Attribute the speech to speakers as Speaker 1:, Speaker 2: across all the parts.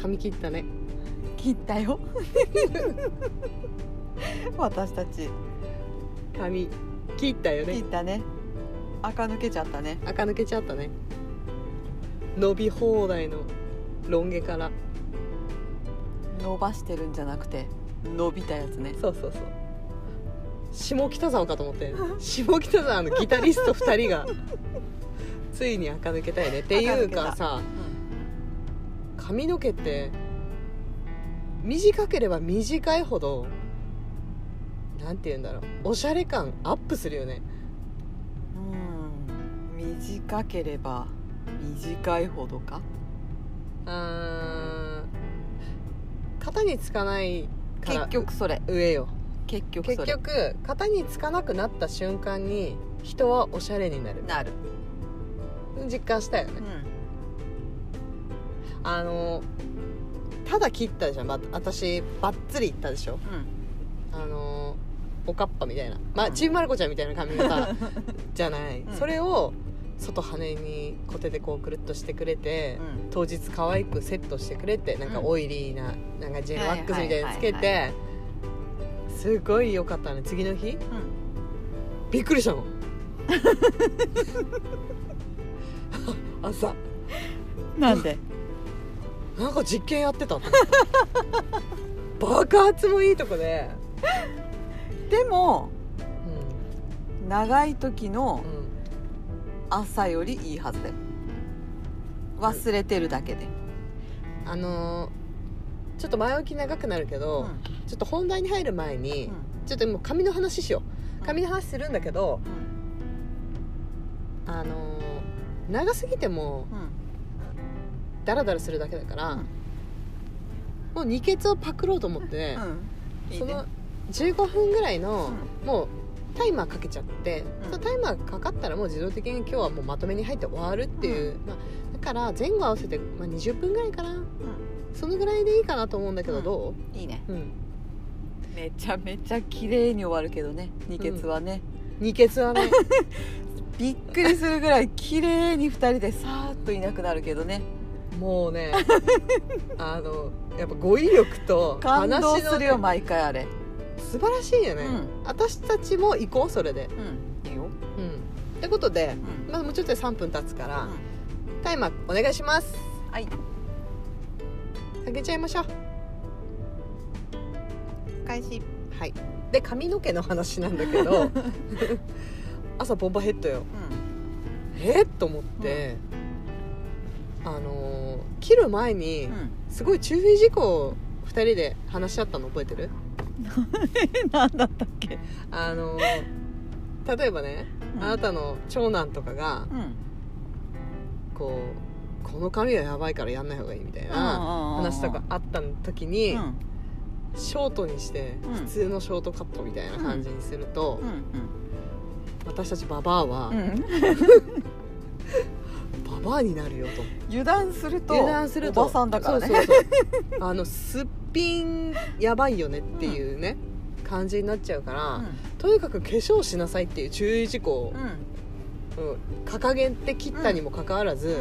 Speaker 1: 髪切ったね
Speaker 2: 切った よ私たち
Speaker 1: 髪切ったよ
Speaker 2: 切
Speaker 1: ね
Speaker 2: ったね垢抜けちゃったね
Speaker 1: 垢抜けちゃったね伸び放題のロン毛から
Speaker 2: 伸ばしてるんじゃなくて伸びたやつね
Speaker 1: そうそうそう下北沢かと思って 下北沢のギタリスト2人がついに垢抜けたよねっていうかさ髪の毛って短ければ短いほどなんて言うんだろうおしゃれ感アップするよね
Speaker 2: うん短ければ短いほどか
Speaker 1: あー肩につかないから
Speaker 2: 結局それ
Speaker 1: 上よ
Speaker 2: 結局そ
Speaker 1: 結
Speaker 2: れ
Speaker 1: 局肩につかなくなった瞬間に人はおしゃれになる
Speaker 2: なる、
Speaker 1: 実感したよね
Speaker 2: う
Speaker 1: あのただ切ったじゃんば私バッツリいったでしょ
Speaker 2: んうん、
Speaker 1: あのおかっぱみたいなま
Speaker 2: う
Speaker 1: あ
Speaker 2: ん
Speaker 1: ちびまる子ちゃんみたいな髪 型じゃない、
Speaker 2: うん
Speaker 1: それを外羽にコテでこうくるっとしてくれて、当日可愛くセットしてくれてなんか
Speaker 2: うん
Speaker 1: オイリーななんかジェルワックスみたいにつけ
Speaker 2: はいは
Speaker 1: てすごい良かったね次の日
Speaker 2: うん
Speaker 1: びっくりしたの 朝
Speaker 2: うん、なんで
Speaker 1: なんか実験やってたの 爆発もいいとこで、
Speaker 2: でも
Speaker 1: う
Speaker 2: 長い時の
Speaker 1: んうん
Speaker 2: 朝よりいいはずだよ忘れてるだけで、
Speaker 1: あのーちょっと前置き長くなるけ
Speaker 2: う
Speaker 1: ど、
Speaker 2: ん
Speaker 1: ちょっと本題に入る前に、ちょっともう髪の話しよう髪の話するんだけど、
Speaker 2: うん
Speaker 1: あのー長すぎても
Speaker 2: うん
Speaker 1: ダラダラするだけだから、
Speaker 2: うん
Speaker 1: もう二ケツをパクろうと思って、
Speaker 2: うんいい
Speaker 1: そ
Speaker 2: ね
Speaker 1: の15分ぐらいの、もうタイマーかけちゃって、
Speaker 2: うん
Speaker 1: そのタイマーかかったらもう自動的に今日はもうまとめに入って終わるっていう、まあ、だから前後合わせて、まあ、20分ぐらいかな、そのぐらいでいいかなと思うんだけど、
Speaker 2: うん
Speaker 1: ど
Speaker 2: いいね
Speaker 1: う、うん、
Speaker 2: めちゃめちゃ綺麗に終わるけどね二ケツはね、
Speaker 1: 二ケツは ね
Speaker 2: びっくりするぐらい綺麗に二人でさーっといなくなるけ どね
Speaker 1: もうねあのやっぱ語彙力と
Speaker 2: 感
Speaker 1: 話
Speaker 2: 動
Speaker 1: の
Speaker 2: するよ毎回あれ
Speaker 1: 素晴らしいよね、
Speaker 2: うん
Speaker 1: 私たちも行こうそれで、
Speaker 2: うんいいよ
Speaker 1: うん、ってことで、
Speaker 2: うん
Speaker 1: まあ、もうちょっとで3分経つから、
Speaker 2: うん
Speaker 1: タイマーお願いします
Speaker 2: はい
Speaker 1: あげちゃいましょう
Speaker 2: 開始
Speaker 1: はい、で髪の毛の話なんだけ ど朝ボンバーヘッドよ
Speaker 2: う
Speaker 1: えっと思って、あのー切る前に
Speaker 2: んうん
Speaker 1: すごい注意事項を2人で話し合ったの覚えてる
Speaker 2: え何だったっけ
Speaker 1: あのー例えばねあなたの長男とかが
Speaker 2: うん
Speaker 1: こうこの髪はやばいからやんない方がいいみたいな話
Speaker 2: 話
Speaker 1: とかあった時に、ショートにして
Speaker 2: うん
Speaker 1: 普通のショートカットみたいな感じにすると、
Speaker 2: うん
Speaker 1: 私たちババアは、
Speaker 2: うんうん
Speaker 1: ババアになるよと
Speaker 2: 油断すると
Speaker 1: 油断すると
Speaker 2: おばさんだからね
Speaker 1: そう そうそうあのすっぴんやばいよねっていうね、感じになっちゃうから、とにかく化粧しなさいっていう注意事項を
Speaker 2: うん、うん
Speaker 1: うん掲げて切ったにもかかわらず、
Speaker 2: う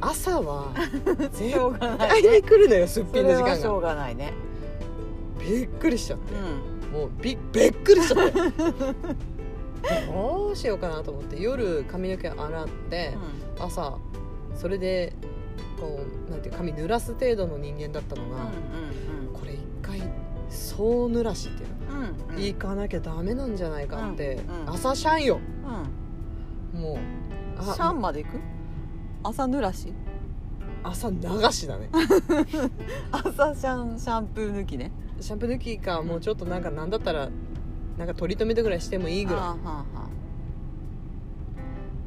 Speaker 1: 朝 は
Speaker 2: んうん
Speaker 1: 絶
Speaker 2: しょうがな
Speaker 1: 対
Speaker 2: いね
Speaker 1: に来るのよすっぴん
Speaker 2: そ
Speaker 1: の
Speaker 2: れ
Speaker 1: 時
Speaker 2: は
Speaker 1: 間
Speaker 2: しょう
Speaker 1: が
Speaker 2: がないね
Speaker 1: びっくりしちゃっ
Speaker 2: う
Speaker 1: て、
Speaker 2: ん
Speaker 1: もうびびっくりしちゃって どうしようかなと思って夜髪の毛洗って、朝それでこうなんていう髪濡らす程度の人間だったのが。
Speaker 2: う
Speaker 1: これ一回総濡らしっていうの、
Speaker 2: んうんうんうん
Speaker 1: 行かなきゃダメなんじゃないかって、
Speaker 2: うんうん
Speaker 1: 朝シャンよ
Speaker 2: うん
Speaker 1: もうあ
Speaker 2: シャンまで行く朝濡らし
Speaker 1: 朝流し だね
Speaker 2: 朝シャンシャンプー抜きね
Speaker 1: シャンプー抜きかもうちょっとなんかなんだったらなんか取り留めてぐらいしてもいいぐ
Speaker 2: はあ
Speaker 1: ら
Speaker 2: はあはあ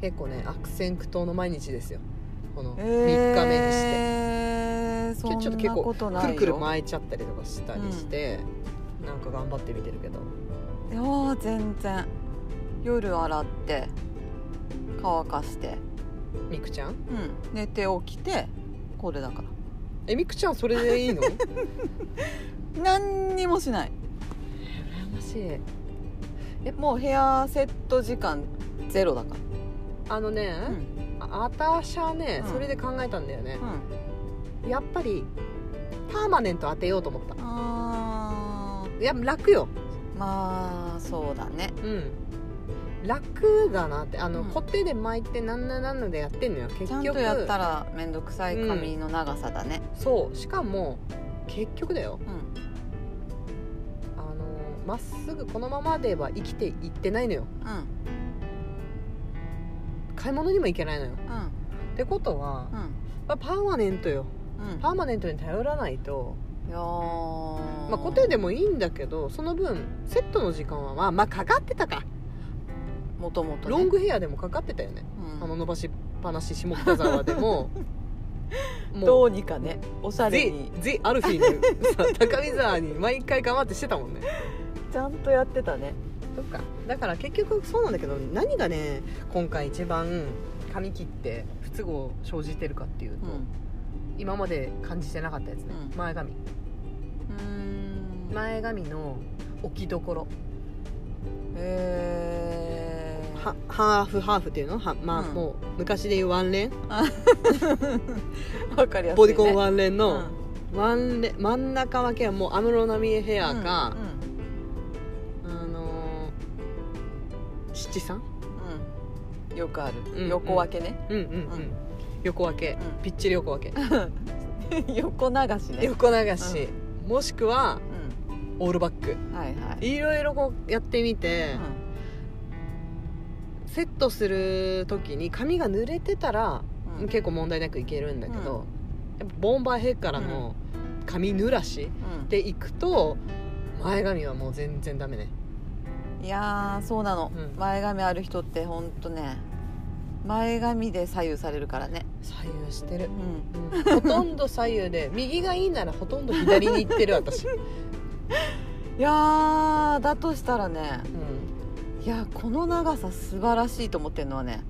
Speaker 1: い結構ね悪戦苦闘の毎日ですよこの3日目にして、
Speaker 2: えー、そ
Speaker 1: ちょっと結構
Speaker 2: んなことない
Speaker 1: く
Speaker 2: よ
Speaker 1: るくる巻いちゃったりとかしたりして、なんか頑張ってみてるけど
Speaker 2: いやー全然夜洗って乾かして、
Speaker 1: みくちゃん
Speaker 2: うん、寝て起きてこれだか
Speaker 1: えみくちゃんそれでいい の羨
Speaker 2: ら何にもしない
Speaker 1: ましい
Speaker 2: もうヘアセット時間ゼロだか
Speaker 1: あのね
Speaker 2: ら、、うん
Speaker 1: ああたしゃね、
Speaker 2: うん
Speaker 1: それで考えたんだよね、
Speaker 2: う
Speaker 1: やっぱりパーマネント当てようと思った
Speaker 2: あ
Speaker 1: いや楽よ
Speaker 2: ーまあそうだね
Speaker 1: うん楽だなってあの、
Speaker 2: うん
Speaker 1: コテで巻いてなんだなんだでやってんのよ結
Speaker 2: ちゃ
Speaker 1: 局
Speaker 2: んとやったら面倒くさい髪の長さだね
Speaker 1: そうしかも結局だよ
Speaker 2: うん
Speaker 1: あのまっすぐこのままでは生きていってないのよ
Speaker 2: うん
Speaker 1: 買い物にも行けないのよ
Speaker 2: うん
Speaker 1: ってことは
Speaker 2: う、ん
Speaker 1: まあパーマネントよ
Speaker 2: うん
Speaker 1: パーマネントに頼らないと、
Speaker 2: いやー
Speaker 1: まあ、固定でもいいんだけどその分セットの時間はまあまあかかってたか
Speaker 2: もともとね
Speaker 1: ロングヘアでもかかってたよね
Speaker 2: うん
Speaker 1: あの伸ばしっぱなし下北沢で も
Speaker 2: ど
Speaker 1: もう
Speaker 2: うにかねおしゃれ
Speaker 1: ゼ
Speaker 2: に
Speaker 1: ゼアルフィーにさ高見沢に毎回頑張ってしてたもんね
Speaker 2: ちゃんとやってたね
Speaker 1: そっかだから結局そうなんだけど何がね今回一番髪切って不都合生じてるかっていうと、今まで感じてなかったやつね、
Speaker 2: うん
Speaker 1: 前髪
Speaker 2: うんへ
Speaker 1: 前髪の置きどころ
Speaker 2: え
Speaker 1: はハーフハーフっていうのはまあ、
Speaker 2: うん
Speaker 1: もう昔で言うワンレン、
Speaker 2: わかりやすいね
Speaker 1: ボディコンワンレン
Speaker 2: う
Speaker 1: の
Speaker 2: ん
Speaker 1: ワンレン真ん中分けはもう安室奈美恵ヘアか、あのー七三
Speaker 2: うんうんよくある、
Speaker 1: うん
Speaker 2: 横分けね、
Speaker 1: うんうんうん、
Speaker 2: うん
Speaker 1: 横分け、
Speaker 2: うん
Speaker 1: ぴっちり横分
Speaker 2: 横流し
Speaker 1: け
Speaker 2: ね、
Speaker 1: 横流し、もしくは
Speaker 2: う
Speaker 1: オールバック
Speaker 2: ん、はいはい、
Speaker 1: いろいろこうやってみて、セットする時に髪が濡れてたら、
Speaker 2: うんうん
Speaker 1: 結構問題なくいけるんだけど、やっぱボンバーヘッからの髪濡らし
Speaker 2: うん
Speaker 1: でいくと前髪はもう全然ダメね
Speaker 2: いやーそうなの、
Speaker 1: うん
Speaker 2: 前髪ある人ってほんとね前髪で左右されるからね、
Speaker 1: 左右してる
Speaker 2: う、ん、
Speaker 1: うんほとんど左右で右がいいならほとんど左に行ってる私、うん
Speaker 2: いやーだとしたらねいやーこの長さ素晴らしいと思ってるのはね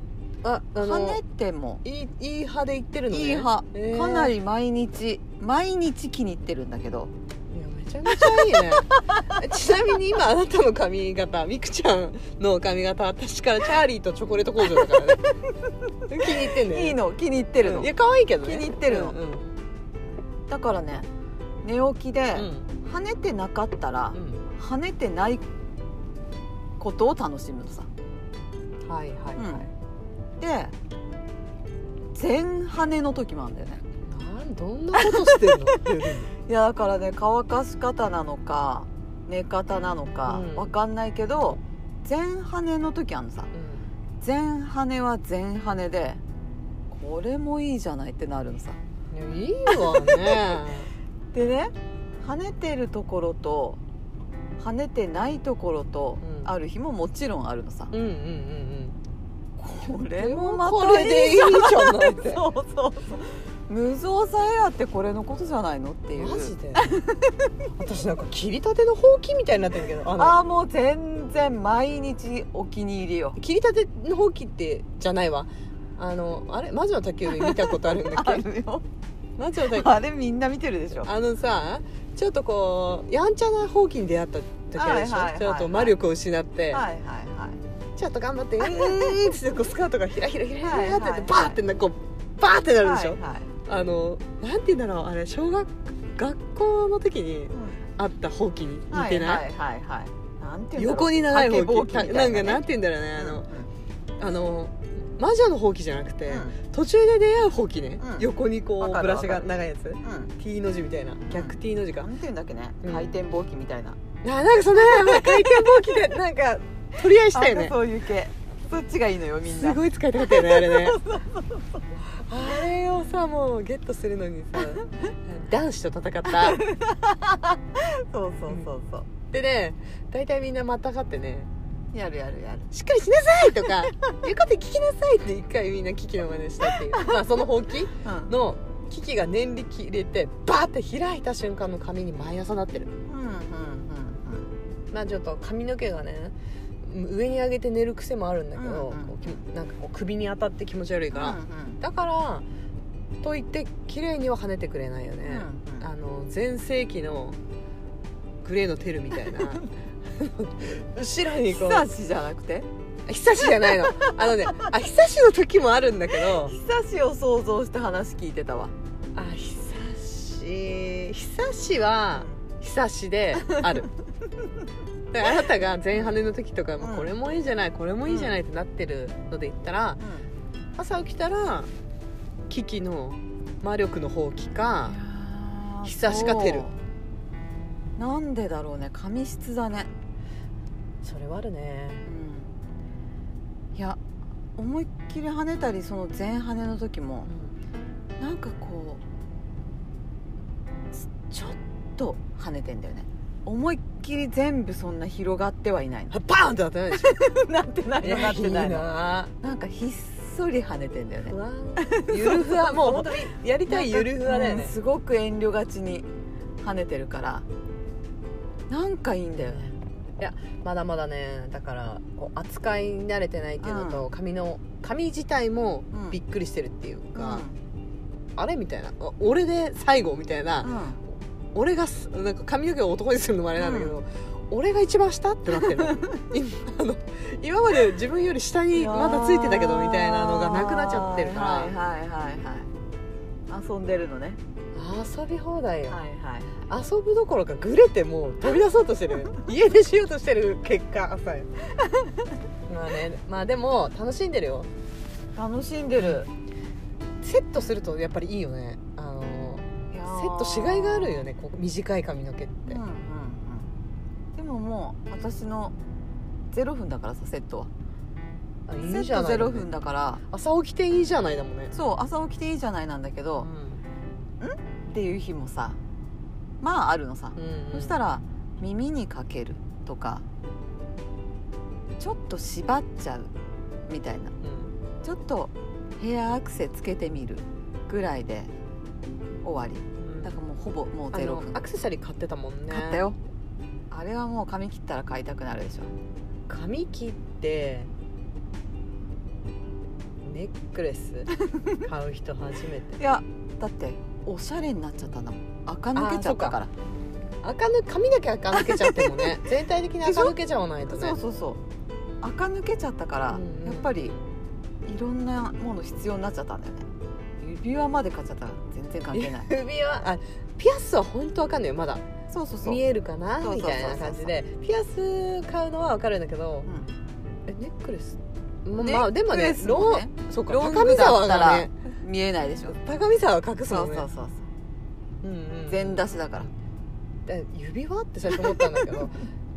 Speaker 1: ああ
Speaker 2: 跳
Speaker 1: の
Speaker 2: ねても
Speaker 1: いいいい派で行ってるのね
Speaker 2: いい派、
Speaker 1: えー
Speaker 2: かなり毎日毎日気に入ってるんだけど
Speaker 1: いやめちゃめちゃいいね ちなみに今あなたの髪型みくちゃんの髪型私からチャーリーとチョコレート工場だからね 気に入ってんだよね
Speaker 2: いいの気に入ってるの、
Speaker 1: いや可愛いけどね
Speaker 2: 気に入ってるの
Speaker 1: うんうん
Speaker 2: だからね寝起きで、跳ねてなかったら、
Speaker 1: うん
Speaker 2: 跳ねてないことを楽しむのさ
Speaker 1: はいはいはい、
Speaker 2: で全跳ねの時もあるんだよね
Speaker 1: なんどんなことしてんの
Speaker 2: いやだからね乾かし方なのか寝方なのか
Speaker 1: うん
Speaker 2: わかんないけど全跳ねの時あるのさ全跳ねは全跳ねでこれもいいじゃないってなるのさ
Speaker 1: うんいやいいわね
Speaker 2: でね跳ねてるところと跳ねてないところと
Speaker 1: うん
Speaker 2: ある日ももちろんあるのさ、
Speaker 1: うんうんうん
Speaker 2: こ
Speaker 1: うん
Speaker 2: れもま
Speaker 1: こ
Speaker 2: た
Speaker 1: れ
Speaker 2: いいじゃん
Speaker 1: でいいじゃないって
Speaker 2: そうそうそう無造作エアってこれのことじゃないのっていう
Speaker 1: マジで私なんか切りたてのほうきみたいになってるけどあの
Speaker 2: ああもう全然毎日お気に入りよ
Speaker 1: 切りたてのほうきってじゃないわあのあれ魔女の宅急便見たことあるんだっ
Speaker 2: あ
Speaker 1: け
Speaker 2: るよ
Speaker 1: 魔女の 宅急便
Speaker 2: あれみんな見てるでしょ
Speaker 1: あのさちょっとこうやんちゃなほうきに出会った時あるでしょ、
Speaker 2: はいはいはいはい
Speaker 1: ちょっと魔力を失って、
Speaker 2: はいはいはい
Speaker 1: ちょっと頑張ってうーんってこうスカートがひらひらひらひらってやって
Speaker 2: はいはいはい
Speaker 1: バーってなこうバーってなるでしょ、
Speaker 2: はいはい
Speaker 1: あのなんて言うんだろうあれ小学学校の時にあったほうきに似てない,、
Speaker 2: はいはいはいはいなんていうんだろう
Speaker 1: 横に長いほうき
Speaker 2: 竹棒み
Speaker 1: な
Speaker 2: た
Speaker 1: んか
Speaker 2: い
Speaker 1: なん
Speaker 2: な
Speaker 1: て言うんだろうね
Speaker 2: あ
Speaker 1: あ
Speaker 2: の
Speaker 1: の,、あの魔女のほうきじゃなくて、
Speaker 2: う
Speaker 1: 途中で出会うほうきね、
Speaker 2: うん
Speaker 1: 横にこ
Speaker 2: わ
Speaker 1: う
Speaker 2: か
Speaker 1: ブ
Speaker 2: る
Speaker 1: ラシが
Speaker 2: わかる
Speaker 1: 長いやつ
Speaker 2: んうん
Speaker 1: T の字みたいな逆 T の字か、
Speaker 2: なんていうんだっけね
Speaker 1: うん
Speaker 2: 回転ぼうきみたいな
Speaker 1: ななんかそんななんか回転ぼうき でなんか取り合いしたよ
Speaker 2: なん
Speaker 1: ね
Speaker 2: かそういう系そっちがいいのよみん
Speaker 1: す
Speaker 2: な
Speaker 1: ごい使いたかったよねあれ ねあれをさもうゲットするのにさ 男子と戦った
Speaker 2: そうそうそうそう
Speaker 1: でね大体みんなまたがってね
Speaker 2: やるやるやる
Speaker 1: 「しっかりしなさい!」とか「言うこと聞きなさい!」って一回みんなキキの真似したっていうまあそのほうき
Speaker 2: うん
Speaker 1: のキキが念力入れてバーって開いた瞬間の髪に毎朝なってる
Speaker 2: うんうんうんうん
Speaker 1: まあちょっと髪の毛がね上に上げて寝る癖もあるんだけど、
Speaker 2: うんうん
Speaker 1: こうきなんかこう首に当たって気持ち悪いから、
Speaker 2: うんうん
Speaker 1: だからといって綺麗には跳ねてくれないよね、
Speaker 2: うんうん
Speaker 1: あの全盛期のグレーのテルみたい な後ろにこ
Speaker 2: 久
Speaker 1: う
Speaker 2: しじゃなくて
Speaker 1: 久しじゃないのあのねあ久しの時もあるんだけど
Speaker 2: 久しを想像して話聞いてたわ
Speaker 1: あ久しし久しは久しであ るだからあなたが前半の時とかも
Speaker 2: うん
Speaker 1: これもいいじゃないこれもいいじゃないってなってるので言ったら朝起きたらキキの魔力の放棄か久しかてる
Speaker 2: そうなんでだろうね髪質だね、
Speaker 1: それはあるね
Speaker 2: うん、いや思いっきり跳ねたりその前跳ねの時もなんかこうちょっと跳ねてんだよね思いっきり全部そんな広がってはいない の
Speaker 1: はバーンって当てないでし ょ
Speaker 2: なってななってない
Speaker 1: い
Speaker 2: の
Speaker 1: な
Speaker 2: なんかひっそり跳ねてんだよね
Speaker 1: うわゆるふ わもう本当にやりたいゆるふわだよ
Speaker 2: う
Speaker 1: ね
Speaker 2: んすごく遠慮がちに跳ねてるからなんかいいんだよね
Speaker 1: まだまだねだからこう扱いに慣れてないっていうのと髪の髪自体も
Speaker 2: うん
Speaker 1: びっくりしてるっていうか、
Speaker 2: う
Speaker 1: あれみたいなあ俺で最後みたいな、
Speaker 2: んうん
Speaker 1: 俺がすなんか髪の毛を男にするのもあれなんだけど、俺が一番下ってなって る今あの今まで自分より下にまだついてたけどみたいなのがなくなっちゃってるから、
Speaker 2: はいはいはいはい遊んでるのね
Speaker 1: 遊び放題よ、
Speaker 2: はいはい
Speaker 1: 遊ぶどころかぐれてもう飛び出そうとして る家出しようとしてる結果朝よ まあねまあでも楽しんでるよ
Speaker 2: 楽しんでる
Speaker 1: セットするとやっぱりいいよねあの
Speaker 2: セ
Speaker 1: セットしがいがあるよねこう短い髪の毛って、
Speaker 2: うんうんうんでももう私の0分だからさセットは
Speaker 1: あ
Speaker 2: セ
Speaker 1: いいじゃ
Speaker 2: ット
Speaker 1: ない
Speaker 2: 0分だから
Speaker 1: 朝起きていいじゃないだもんね
Speaker 2: そう朝起きていいじゃないなんだけ
Speaker 1: う
Speaker 2: ど、
Speaker 1: ん
Speaker 2: っていう日もさまああるのさ、
Speaker 1: うん
Speaker 2: そしたら耳にかけるとかちょっと縛っちゃうみたいな
Speaker 1: うん
Speaker 2: ちょっとヘアアクセつけてみるぐらいで終わり
Speaker 1: うん
Speaker 2: だからもうほぼもう
Speaker 1: あ
Speaker 2: ゼロ
Speaker 1: の
Speaker 2: 分
Speaker 1: アクセサリー買ってたもんね
Speaker 2: 買ったよあれはもう髪切ったら買いたくなるでしょ
Speaker 1: 髪切ってネックレス買う人初めて
Speaker 2: いやだっておしゃれになっちゃったんだもん垢抜けちゃったから
Speaker 1: 垢抜髪だけ垢抜けちゃっても ね全体的に垢抜けちゃわないと
Speaker 2: そう,、
Speaker 1: ね
Speaker 2: そうそう垢抜けちゃったから、
Speaker 1: うんうん
Speaker 2: やっぱりいろんなもの必要になっちゃったんだよね指輪まで買っちゃったら全然関係ない
Speaker 1: 首はあピアスは本当わかんないよまだ
Speaker 2: そうそうそう
Speaker 1: 見えるかな
Speaker 2: そうそう
Speaker 1: み
Speaker 2: そうそう
Speaker 1: たいな感じでピアス買うのはわかるんだけど
Speaker 2: うん
Speaker 1: えネックレスま
Speaker 2: ネ
Speaker 1: まあでも
Speaker 2: ネッ
Speaker 1: ね
Speaker 2: クレスも
Speaker 1: ロ
Speaker 2: ね
Speaker 1: ンそうか
Speaker 2: ロン
Speaker 1: 高
Speaker 2: グ
Speaker 1: 見
Speaker 2: だ
Speaker 1: 沢
Speaker 2: った
Speaker 1: が
Speaker 2: ら
Speaker 1: ね
Speaker 2: 見えないでしょ
Speaker 1: 高見沢は隠す
Speaker 2: そ
Speaker 1: の
Speaker 2: う
Speaker 1: ね
Speaker 2: そうそう
Speaker 1: うんうん
Speaker 2: 全出しだから
Speaker 1: で指輪って最初思ったんだけ ど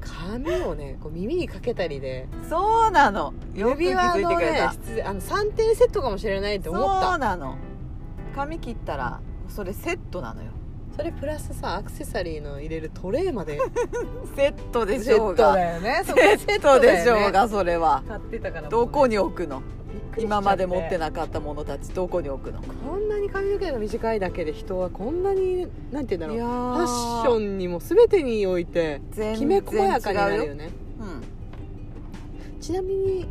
Speaker 1: 髪をねこう耳にかけたりで
Speaker 2: そうなのよく気
Speaker 1: 指輪
Speaker 2: づいて
Speaker 1: の
Speaker 2: くれ
Speaker 1: ね
Speaker 2: た
Speaker 1: 質あの3点セットかもしれないって思っ
Speaker 2: そう
Speaker 1: た
Speaker 2: なの髪切ったらそれセットなのよ
Speaker 1: それプラスさアクセサリーの入れるトレイまで
Speaker 2: セットでし
Speaker 1: セッ
Speaker 2: ょ
Speaker 1: ト
Speaker 2: うが
Speaker 1: だよねそこ
Speaker 2: セットでし
Speaker 1: セット
Speaker 2: ょう
Speaker 1: だよね
Speaker 2: がそれは
Speaker 1: 買ってたから
Speaker 2: どこ
Speaker 1: に
Speaker 2: に置くの今まで持ってなかったものたちどこに置くの
Speaker 1: こんなに髪の毛が短いだけで人はこんなになんて言うんだろうファ
Speaker 2: ァ
Speaker 1: ッションにも全てにおいて
Speaker 2: 全
Speaker 1: きめ細やかにな
Speaker 2: 然
Speaker 1: る
Speaker 2: 違う
Speaker 1: よね
Speaker 2: うん
Speaker 1: ちなみに
Speaker 2: う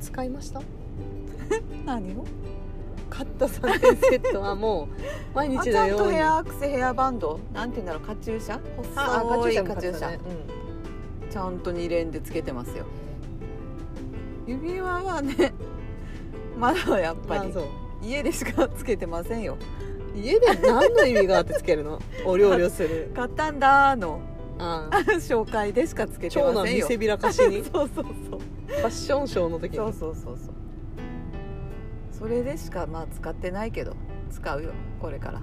Speaker 1: 使いました
Speaker 2: ん何を
Speaker 1: 買った3点セットはもう毎
Speaker 2: あ
Speaker 1: 日
Speaker 2: ちゃ
Speaker 1: の
Speaker 2: ん
Speaker 1: よ
Speaker 2: と
Speaker 1: うに
Speaker 2: ヘアアクセヘアバンドなんて言うんだろうカチューシャ
Speaker 1: ああ
Speaker 2: 細いカチューシャ
Speaker 1: ねうん
Speaker 2: ちゃんと2連でつけてますよ指輪はねまだやっぱ
Speaker 1: まあ
Speaker 2: り
Speaker 1: そう
Speaker 2: 家でしかつけてませんよ
Speaker 1: 家で何の意味があってつける のお料理をする
Speaker 2: 買ったんだーの
Speaker 1: あ
Speaker 2: 紹介でしかつけて
Speaker 1: 長
Speaker 2: ま
Speaker 1: 男
Speaker 2: せん
Speaker 1: 見
Speaker 2: よ
Speaker 1: せびらかしにフ
Speaker 2: そうそうそう
Speaker 1: ァッションショーの時に
Speaker 2: そうそうそうそうそれでしかまあ使ってないけど使うよこれから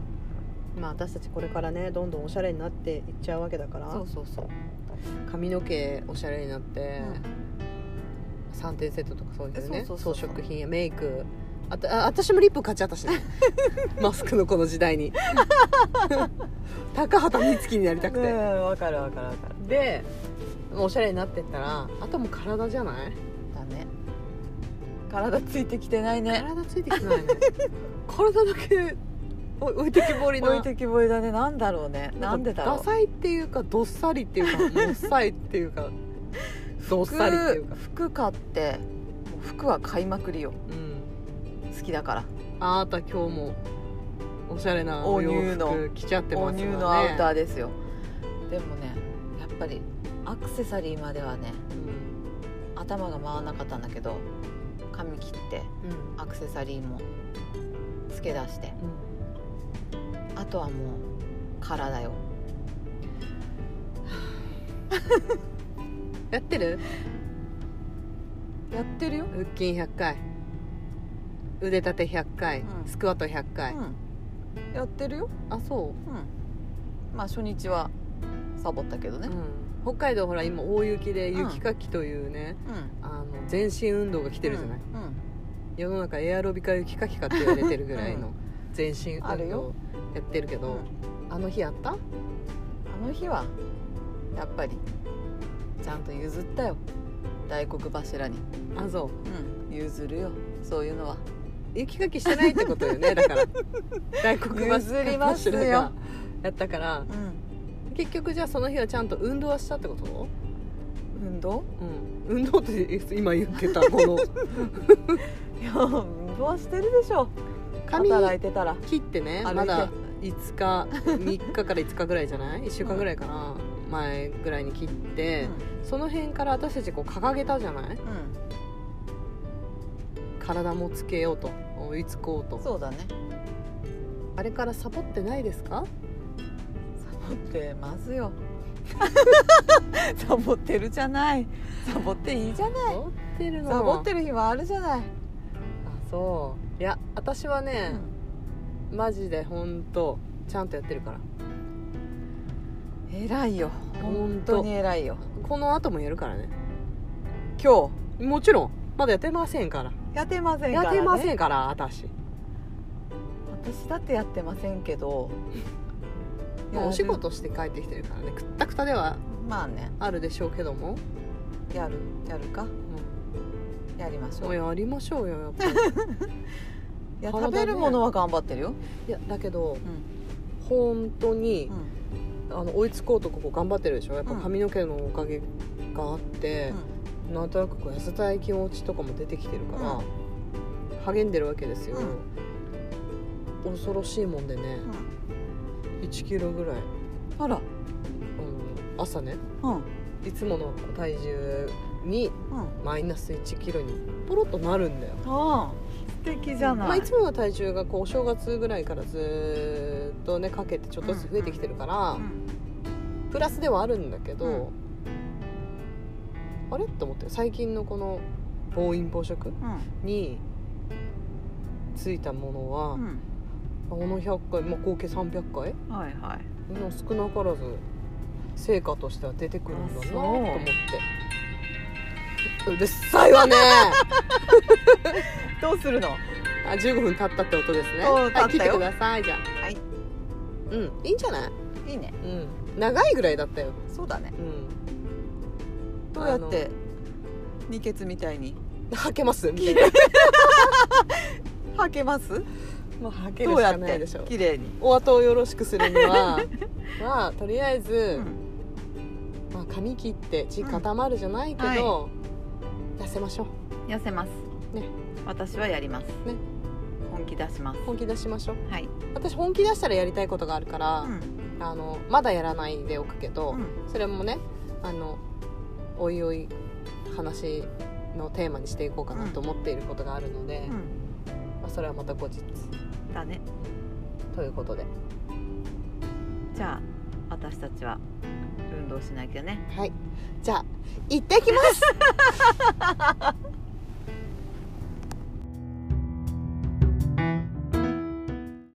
Speaker 1: まあ私たちこれからねどんどんおしゃれになっていっちゃうわけだから
Speaker 2: そうそうそう
Speaker 1: 髪の毛おしゃれになって、3点セットとかそうですね
Speaker 2: そうそうそうそう
Speaker 1: 装飾品やメイクあとあ私もリップ買っちゃった しねマスクのこの時代に高畑充希になりたくて、
Speaker 2: うんわかるわかるわかる
Speaker 1: でおしゃれになってったらあともう体じゃない
Speaker 2: だね体ついてきてないね
Speaker 1: 体ついてきてないね体だけお置いてきぼりの
Speaker 2: 置いてきぼりだねなんだろうねなんでだろう
Speaker 1: ダサいっていうかどっさりっていうかもっさいっていう かどっさりっていう
Speaker 2: 服
Speaker 1: か、
Speaker 2: 服買ってもう服は買いまくりよ
Speaker 1: うん、
Speaker 2: 好きだから
Speaker 1: あなた今日もおしゃれなお
Speaker 2: お
Speaker 1: 洋
Speaker 2: 乳の
Speaker 1: 服着ちゃって
Speaker 2: 購
Speaker 1: ます
Speaker 2: 入
Speaker 1: もんね
Speaker 2: のアウターですよでもねやっぱりアクセサリーまではね
Speaker 1: うん
Speaker 2: 頭が回らなかったんだけど髪切って
Speaker 1: うん
Speaker 2: アクセサリーも付け出してあとはもう体よ
Speaker 1: やってる
Speaker 2: やってるよ
Speaker 1: 腹筋100回腕立て100回、
Speaker 2: うん
Speaker 1: スクワット100回、
Speaker 2: うん、やってるよ、
Speaker 1: あそ
Speaker 2: うん、まあ初日はサボったけど
Speaker 1: う、
Speaker 2: ね
Speaker 1: うん、北海道ほら今大雪で雪かきというね、
Speaker 2: うん
Speaker 1: あの全身運動が来てるじゃない、
Speaker 2: うんうん
Speaker 1: 世の中エアロビか雪かきかって言われてるぐらい
Speaker 2: う
Speaker 1: の全身
Speaker 2: あ
Speaker 1: 運
Speaker 2: る
Speaker 1: 動
Speaker 2: よ
Speaker 1: やってるけど、あの日やった
Speaker 2: あの日はやっぱりちゃんと譲ったよ大黒柱に、
Speaker 1: あそう
Speaker 2: うん、譲るよそういうのは
Speaker 1: 雪かきしてないってことよ ねだから大黒柱
Speaker 2: 譲りますよ
Speaker 1: やったから
Speaker 2: う
Speaker 1: 結局じゃあその日はちゃんと運動はしたってこと、
Speaker 2: ん運動
Speaker 1: うん、運動って今言ってたこの
Speaker 2: いや運動はしてるでしょ
Speaker 1: 髪
Speaker 2: 働いてたら
Speaker 1: 切ってね
Speaker 2: 歩いて
Speaker 1: まだ5日3日から5日ぐらいじゃない1週間ぐらいかな、前ぐらいに切って、その辺から私たちこう掲げたじゃない
Speaker 2: うん、う、
Speaker 1: 体もつけようと追いつこうんと
Speaker 2: そうだね
Speaker 1: あれからサボってないですか
Speaker 2: サボってますよ サボってるじゃないサボっていいじゃな
Speaker 1: サ
Speaker 2: い
Speaker 1: ボってるの
Speaker 2: サボって
Speaker 1: る
Speaker 2: る日はあるじゃない、
Speaker 1: あそういや私はね、マジで本当ちゃんとやってるから
Speaker 2: 偉いよ
Speaker 1: ほんと
Speaker 2: 本当に偉いよ
Speaker 1: この後もやるからね
Speaker 2: 今
Speaker 1: もちろんまだやってませんから
Speaker 2: 日やってません
Speaker 1: や
Speaker 2: から、
Speaker 1: っ
Speaker 2: ね、
Speaker 1: てませんから私
Speaker 2: 私だってやってませんけど
Speaker 1: もう
Speaker 2: や
Speaker 1: お
Speaker 2: る
Speaker 1: 仕事して帰ってきてるからねくったくたでは
Speaker 2: まあね
Speaker 1: あるでしょうけども、
Speaker 2: やるやるか
Speaker 1: う
Speaker 2: やりまし
Speaker 1: ん、も
Speaker 2: ょ
Speaker 1: う
Speaker 2: う
Speaker 1: やりましょうよやっぱり
Speaker 2: いや
Speaker 1: 体
Speaker 2: 食
Speaker 1: ね
Speaker 2: べるものは頑張ってるよ、
Speaker 1: いやだけど
Speaker 2: うん
Speaker 1: 本当に
Speaker 2: うん
Speaker 1: あの追いつこうとここ頑張ってるでしょやっぱ髪の毛のおかげがあって、なんとなくこう痩せたい気持ちとかも出てきてるから、
Speaker 2: うん
Speaker 1: 励んでるわけですよ、恐ろしいもんでね
Speaker 2: うんうん
Speaker 1: 1キロぐらい、
Speaker 2: あら
Speaker 1: うん、朝ね
Speaker 2: うんうん
Speaker 1: いつもの体重にマイナス1キロにポロッとなるんだよ
Speaker 2: ああ素敵じゃない、
Speaker 1: まあ、いつもの体重がこうお正月ぐらいからずーっとねかけてちょっとずつ増えてきてるから、
Speaker 2: うん
Speaker 1: プラスではあるんだけど、
Speaker 2: うん
Speaker 1: あれと思って最近のこの暴飲暴食
Speaker 2: う
Speaker 1: についたものは、
Speaker 2: んうん
Speaker 1: この100回、まあ、合計300回
Speaker 2: はいはい
Speaker 1: の少なからず成果としては出てくるんだな
Speaker 2: あそう
Speaker 1: と思ってうるさいわ ね
Speaker 2: どうするの
Speaker 1: あ15分経ったって音ですね
Speaker 2: おう
Speaker 1: はい
Speaker 2: 経
Speaker 1: 切っ
Speaker 2: っ
Speaker 1: たて
Speaker 2: よ
Speaker 1: くださいじゃあ
Speaker 2: はい
Speaker 1: うんいいんじゃない
Speaker 2: いいね
Speaker 1: うん長いぐらいだったよ
Speaker 2: そうだね
Speaker 1: うん
Speaker 2: どうやって二血みたいに
Speaker 1: はけますみたいな
Speaker 2: はけます
Speaker 1: もうはける
Speaker 2: ど
Speaker 1: し
Speaker 2: うや
Speaker 1: か
Speaker 2: っ
Speaker 1: ない
Speaker 2: て
Speaker 1: でしょ
Speaker 2: 綺麗に
Speaker 1: お後をよろしくするに はまあとりあえず、
Speaker 2: うん
Speaker 1: まあ、髪切って血固まるじゃないけど、痩せましょ
Speaker 2: 痩せます
Speaker 1: ね
Speaker 2: 私はやります
Speaker 1: ね
Speaker 2: 本気出します
Speaker 1: う本気出しましょう
Speaker 2: はい
Speaker 1: 私本気出したらやりたいことがあるから、
Speaker 2: うん
Speaker 1: あのまだやらないでおくけど、
Speaker 2: うん
Speaker 1: それもねあのおいおい話のテーマにしていこうかなと思っていることがあるので、
Speaker 2: うん
Speaker 1: まあ、それはまた後日
Speaker 2: だね
Speaker 1: ということで
Speaker 2: じゃあ私たちは運動しなきゃね
Speaker 1: はいじゃあ行ってきます